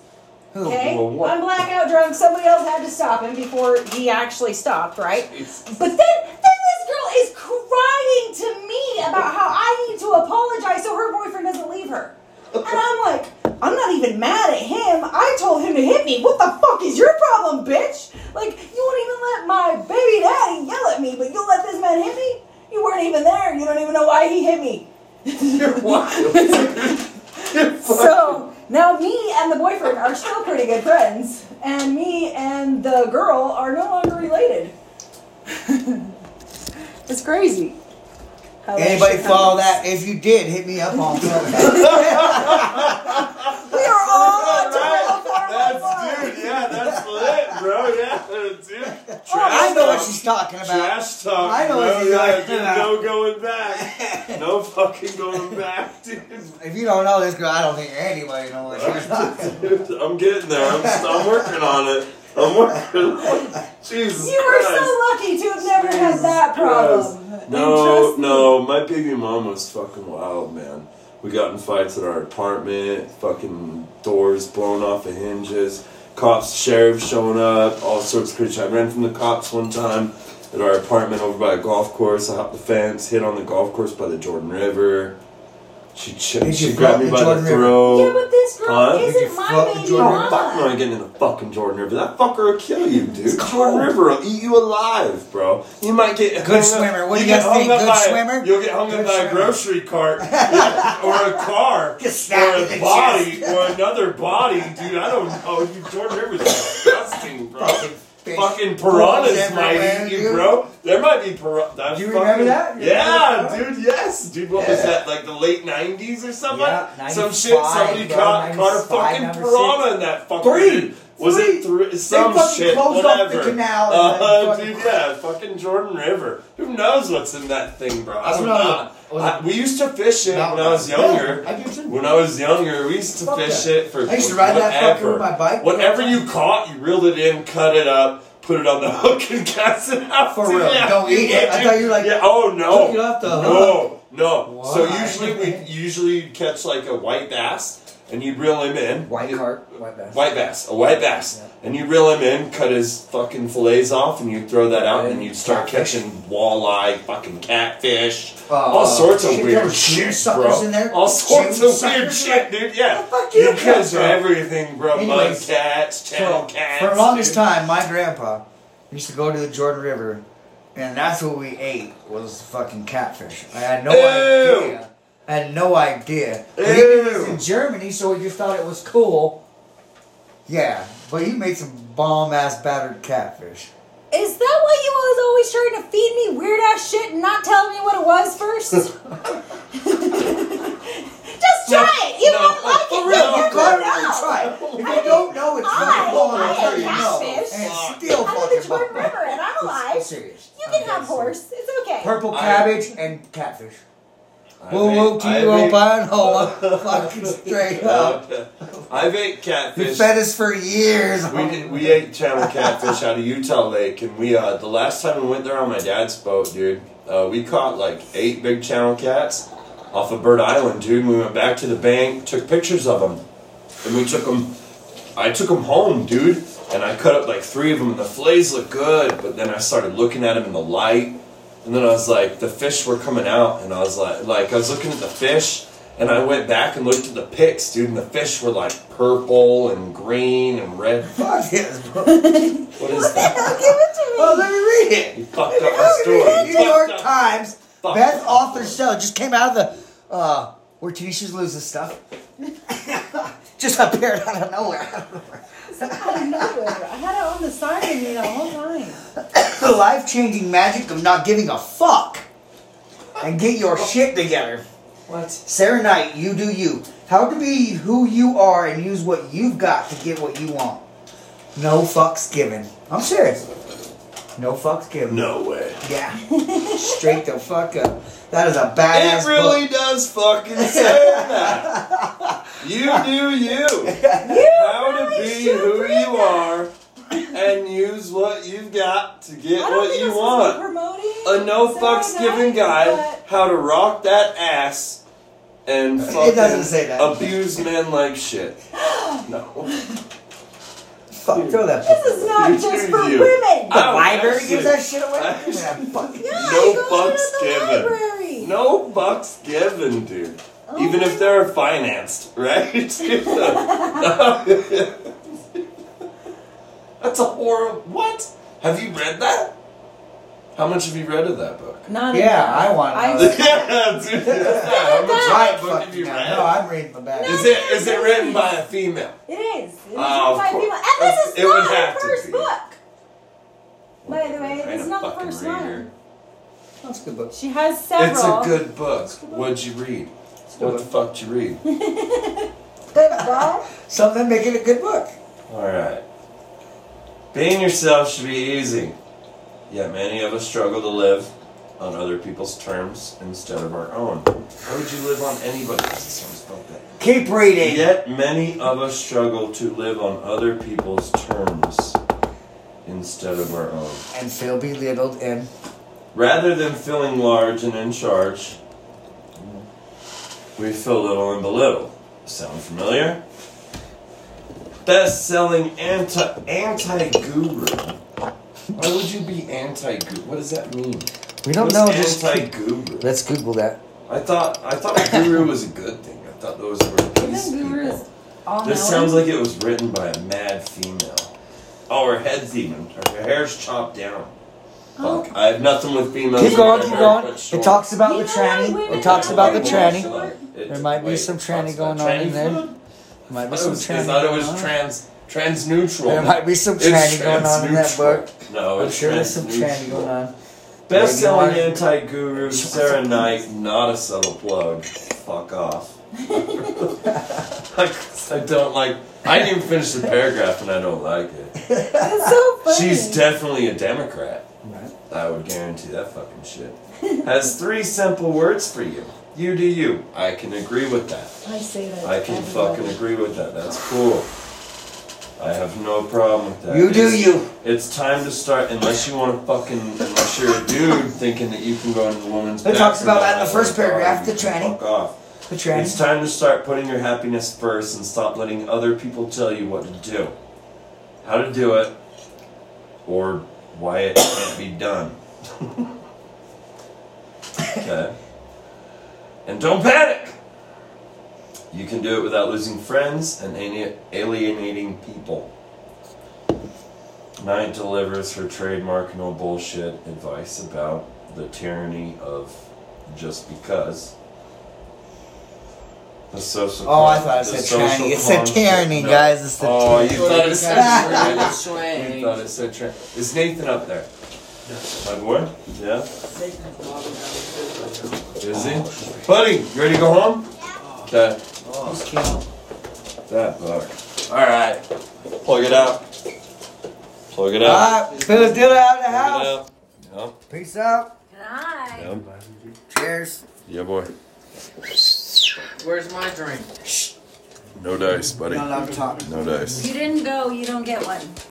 S4: Who?
S2: Okay,
S3: Well, what-
S2: I'm blackout drunk. Somebody else had to stop him before he actually stopped, right?
S3: It's-
S2: But then, then this girl is crying to me about how I need to apologize so her boyfriend doesn't leave her. And I'm like, I'm not even mad at him. I told him to hit me. What the fuck is your problem, bitch? Like, you won't even let my baby daddy yell at me, but you'll let this man hit me? You weren't even there. You don't even know why he hit me.
S3: you're wild.
S2: So now me and the boyfriend are still pretty good friends, and me and the girl are no longer related. it's crazy. How that
S4: Anybody
S2: shit
S4: follow
S2: happens.
S4: that? If you did, hit me up on
S2: We are all
S3: That's right.
S2: right.
S3: That's dude, yeah, that's lit, bro. Yeah, dude.
S4: I know what she's talking about.
S3: Trash talk.
S4: I know
S3: bro.
S4: what you're
S3: Yeah,
S4: talking
S3: dude,
S4: about.
S3: No going back. No fucking going back, dude.
S4: If you don't know this girl, I don't think anybody knows what she's talking about.
S3: Dude, I'm getting there. I'm, just, I'm working on it. I'm working. on it. Jesus
S2: You were
S3: Christ.
S2: so lucky to have never had that problem. And
S3: No,
S2: trust me,
S3: no, my baby mom was fucking wild, man. We got in fights at our apartment, fucking doors blown off the hinges, cops, sheriffs showing up, all sorts of crazy shit. I ran from the cops one time at our apartment over by a golf course. I hopped the fence, hit on the golf course by the Jordan River. She, ch-
S4: Did
S3: she
S4: you
S3: grabbed
S4: fuck
S3: me
S4: the
S3: by
S4: Jordan
S3: the
S4: River?
S3: throat.
S2: Yeah, but this girl
S3: Huh? Did
S2: isn't
S4: you
S2: my
S4: fuck
S2: baby
S4: Jordan?
S3: No, fuck no, I
S2: mama.
S3: ain't getting in the fucking Jordan River. That fucker will kill you, dude. Jordan
S4: cold.
S3: River will eat you alive, bro. You might get hung up-
S4: swimmer. What do you
S3: get
S4: guys think?
S3: hung up
S4: Good
S3: by a-
S4: swimmer?
S3: You'll get hung up
S4: Good
S3: by a
S4: swimmer.
S3: grocery cart yeah, or a car
S4: Get stabbed
S3: or a
S4: in the
S3: body or another body, dude. I don't know. You Jordan River's disgusting, bro.
S4: fish
S3: Fucking piranhas
S4: pools everywhere,
S3: might eat you,
S4: dude.
S3: bro. There might be piranhas.
S4: You remember that? You
S3: Yeah,
S4: remember
S3: dude. Yes, dude. What was that? Like the late '90s or something?
S4: Yeah,
S3: Some shit.
S4: 95,
S3: Somebody
S4: bro,
S3: caught, caught a
S4: 95,
S3: fucking
S4: number
S3: piranha in that fucking.
S4: Three.
S3: Was
S4: Three.
S3: it three? Some
S4: fucking
S3: shit.
S4: closed off the
S3: whatever.
S4: canal and then
S3: Uh,
S4: fucking-
S3: dude, yeah, fucking Jordan River. Who knows what's in that thing, bro? I
S6: That's
S3: don't
S6: what I-
S3: know.
S6: was
S3: I-
S6: it-
S3: we used to fish it
S6: No,
S3: when I was
S6: yeah,
S3: younger.
S6: I do too.
S3: When I was younger, we used to
S6: Fuck
S3: fish
S6: yeah.
S3: it for
S4: I used to ride that fucker with my bike.
S3: Whatever you caught, you reeled it in, cut it up, put it on the hook, and cast it out.
S4: For
S3: dude.
S4: real.
S3: Yeah.
S4: Don't eat it. I
S3: dude.
S4: thought you, like,
S3: Yeah. Oh no.
S6: took it off the
S3: no. No. So
S4: Why?
S3: usually we usually you'd catch like a white bass, and you'd reel him in.
S4: White
S3: It-
S4: cart, white bass.
S3: White bass, a white bass, and you reel him in, cut his fucking fillets off, and you throw that out, and you start
S4: Catfish.
S3: catching walleye, fucking catfish,
S4: Uh,
S3: all sorts of
S4: shit, there
S3: weird
S4: were
S3: shit,
S4: junior suckers
S3: bro.
S4: in there.
S3: All sorts
S4: Junior
S3: of weird
S4: suckers,
S3: shit, dude. Yeah,
S4: The fuck you catch,
S3: catch
S4: bro?
S3: everything, bro.
S4: Anyways,
S3: Mud cats, channel
S4: For,
S3: cats.
S4: for the longest
S3: dude.
S4: time, my grandpa used to go to the Jordan River, and that's what we ate was fucking catfish. I had no
S3: Ew.
S4: idea. I had no idea. But he
S3: Ew.
S4: was in Germany, so we just thought it was cool. Yeah, but he made some bomb ass battered catfish.
S2: Is that why you was always trying to feed me weird ass shit and not tell me what it was first? Just try it. You
S3: No,
S2: won't like
S3: for
S2: it.
S3: real,
S2: You'll
S3: you
S2: never
S4: gotta
S2: know.
S4: try. If you don't know it's
S2: I-
S4: fucking cool,
S2: I
S4: I'll tell
S2: ate
S4: you no.
S2: catfish.
S4: And it's still
S2: I'm in
S4: fucking
S2: the Jordan
S4: bomb.
S2: River and I'm
S4: It's-
S2: alive.
S4: it's serious.
S2: You
S4: I'm
S2: can
S4: dead
S2: have
S4: serious.
S2: horse. It's okay.
S4: Purple
S3: I-
S4: cabbage and catfish. We'll move to you,
S3: ate-
S4: Opine. Fucking straight up.
S3: Uh, I've ate
S4: You
S3: catfish.
S4: fed us for years.
S3: We did, we ate channel catfish out of Utah Lake, and we uh, the last time we went there on my dad's boat, dude, uh, we caught like eight big channel cats off of Bird Island, dude. We went back to the bank, took pictures of them, and we took them. I took them home, dude, and I cut up like three of them, and the fillets looked good. But then I started looking at them in the light, and then I was like, the fish were coming out, and I was like, like I was looking at the fish, and I went back and looked at the pics, dude, and the fish were like purple and green and red.
S4: Fuck yes, bro.
S3: What is that?
S2: Give it to me.
S4: Well, let me read it.
S3: You fucked up my story. You
S4: New York
S3: fucked up.
S4: Times
S3: Fuck.
S4: best author show just came out of the uh, where Tanisha's losing stuff. just appeared out of nowhere.
S2: I knew it. I had it on the side of me the whole time.
S4: the life changing magic of not giving a fuck and get your shit together.
S5: What?
S4: Sarah Knight, you do you. How to be who you are and use what you've got to get what you want. No fucks given. I'm serious. No fucks given.
S3: No way.
S4: Yeah. Straight the fuck up. That is a badass
S3: It really
S4: book.
S3: does fucking say that. You do you. How to be who you are and use what you got to get
S2: I don't
S3: what
S2: think
S3: you
S2: I'm supposed to
S3: want.
S2: be promoting
S3: A no
S2: Saturday
S3: fucks
S2: night,
S3: given guy.
S2: but
S3: How to rock that ass and
S4: It doesn't
S3: fucking
S4: say that.
S3: abuse men like shit. No.
S4: Fuck, throw that book.
S2: This is not
S3: You
S2: just
S3: do
S2: for
S3: you.
S2: women.
S4: The
S3: I don't
S4: library gives
S3: actually-
S4: that shit away?
S3: I-
S4: Yeah, fuck.
S2: Yeah,
S3: No
S2: you go to
S3: fucks
S2: the
S3: given.
S2: Library.
S3: No bucks given, dude. Even if they're financed, right? That's a horrible. What? Have you read that? How much have you read of that book?
S2: Not
S4: Yeah,
S2: enough.
S4: I want
S2: I-
S4: another.
S3: yeah, dude. How much of
S4: Right,
S3: that book
S4: fuck
S3: have you
S4: no,
S3: read?
S4: No, I'm reading the back.
S3: is it is it written by a female?
S2: It is. It is
S3: Oh, of
S2: by
S3: course.
S2: people. And this is
S3: It would
S2: not her
S3: have to
S2: first
S3: be.
S2: book. By the way,
S3: Ain't
S2: it's
S3: a
S2: not the
S3: fucking
S2: first
S3: reader.
S2: one.
S4: That's a good book.
S2: She has several.
S3: It's a good book. What'd you read? What the fuck did you read?
S2: Good book.
S4: Something making a good book.
S3: Alright. Being yourself should be easy. Yet many of us struggle to live on other people's terms instead of our own. Why would you live on anybody else's terms? Fuck that.
S4: Keep reading.
S3: Yet many of us struggle to live on other people's terms instead of our own.
S4: And feel belittled and
S3: Rather than feeling large and in charge, we feel little and belittled. Sound familiar? Best-selling anti anti-guru. Why would you be anti-guru? What does that mean?
S4: we don't
S3: What's
S4: know. Just
S3: anti-guru.
S4: let's Google that.
S3: I thought I thought a guru was a good thing. I thought those were
S2: Even
S3: peace
S2: gurus
S3: people.
S2: all
S3: This
S2: knowing.
S3: sounds like it was written by a mad female. Oh, her head's even. Her hair's chopped down.
S2: Oh.
S3: Fuck. I have nothing with females.
S4: Keep
S3: and
S4: going,
S3: their
S4: keep
S3: hair,
S4: going.
S3: but
S4: It
S3: short.
S4: talks about
S2: You
S4: the
S2: know why
S4: tranny.
S2: women
S4: It talks
S2: are
S4: about the
S2: like
S4: tranny.
S2: that?
S4: There might be some tranny going on in there. Might be
S3: I,
S4: some
S3: was, I
S4: tranny
S3: thought it
S4: going
S3: was
S4: on.
S3: trans trans neutral.
S4: There might be some
S3: It's
S4: tranny going on in that
S3: trans-neutral.
S4: book.
S3: No,
S4: I'm
S3: it's
S4: sure there's some tranny
S3: trans-neutral.
S4: going on.
S3: Best selling
S4: Maybe not.
S3: anti guru Sarah Knight, not a subtle plug. Fuck off. I don't like. I didn't even finish the paragraph and I don't like it.
S2: It's so funny.
S3: She's definitely a Democrat.
S4: Right.
S3: I would guarantee that fucking shit. Has three simple words for you. You do you. I can agree with that.
S2: I say that.
S3: I can
S2: every
S3: fucking
S2: day.
S3: agree with that. That's cool. I have no problem with that.
S4: You do
S3: It's-
S4: you.
S3: It's time to start. Unless you want to fucking, unless you're a dude thinking that you can go into the woman's.
S4: It
S3: bathroom
S4: talks about that in
S3: and
S4: the first
S3: have a
S4: paragraph,
S3: dog,
S4: the
S3: you can
S4: tranny.
S3: Fuck off.
S4: The
S3: It's
S4: tranny.
S3: time to start putting your happiness first and stop letting other people tell you what to do, how to do it, or why it can't be done. okay. And don't panic! You can do it without losing friends and ali- alienating people. Knight delivers her trademark no bullshit advice about the tyranny of just because. The social
S4: Oh, I thought it
S3: the
S4: said
S3: social
S4: tranny. It said
S3: construct-
S4: tyranny,
S3: no.
S4: guys. It's the
S3: Oh, you thought it said tranny.
S5: Swing.
S3: You thought it said tranny. Is Nathan up there? My boy? Yeah? Is he? Buddy, you ready to go home? Okay. That book. Alright. Plug it out. Plug it out.
S4: Alright, Ah, Phil Dilla out of
S3: Plug it
S4: the house.
S3: out. Yep.
S4: Peace out.
S2: Can I?
S3: Yep.
S4: Cheers.
S3: Yeah, boy.
S7: Where's my drink?
S5: No dice, buddy.
S1: Not enough time.
S5: No dice.
S2: You didn't go. You don't get one.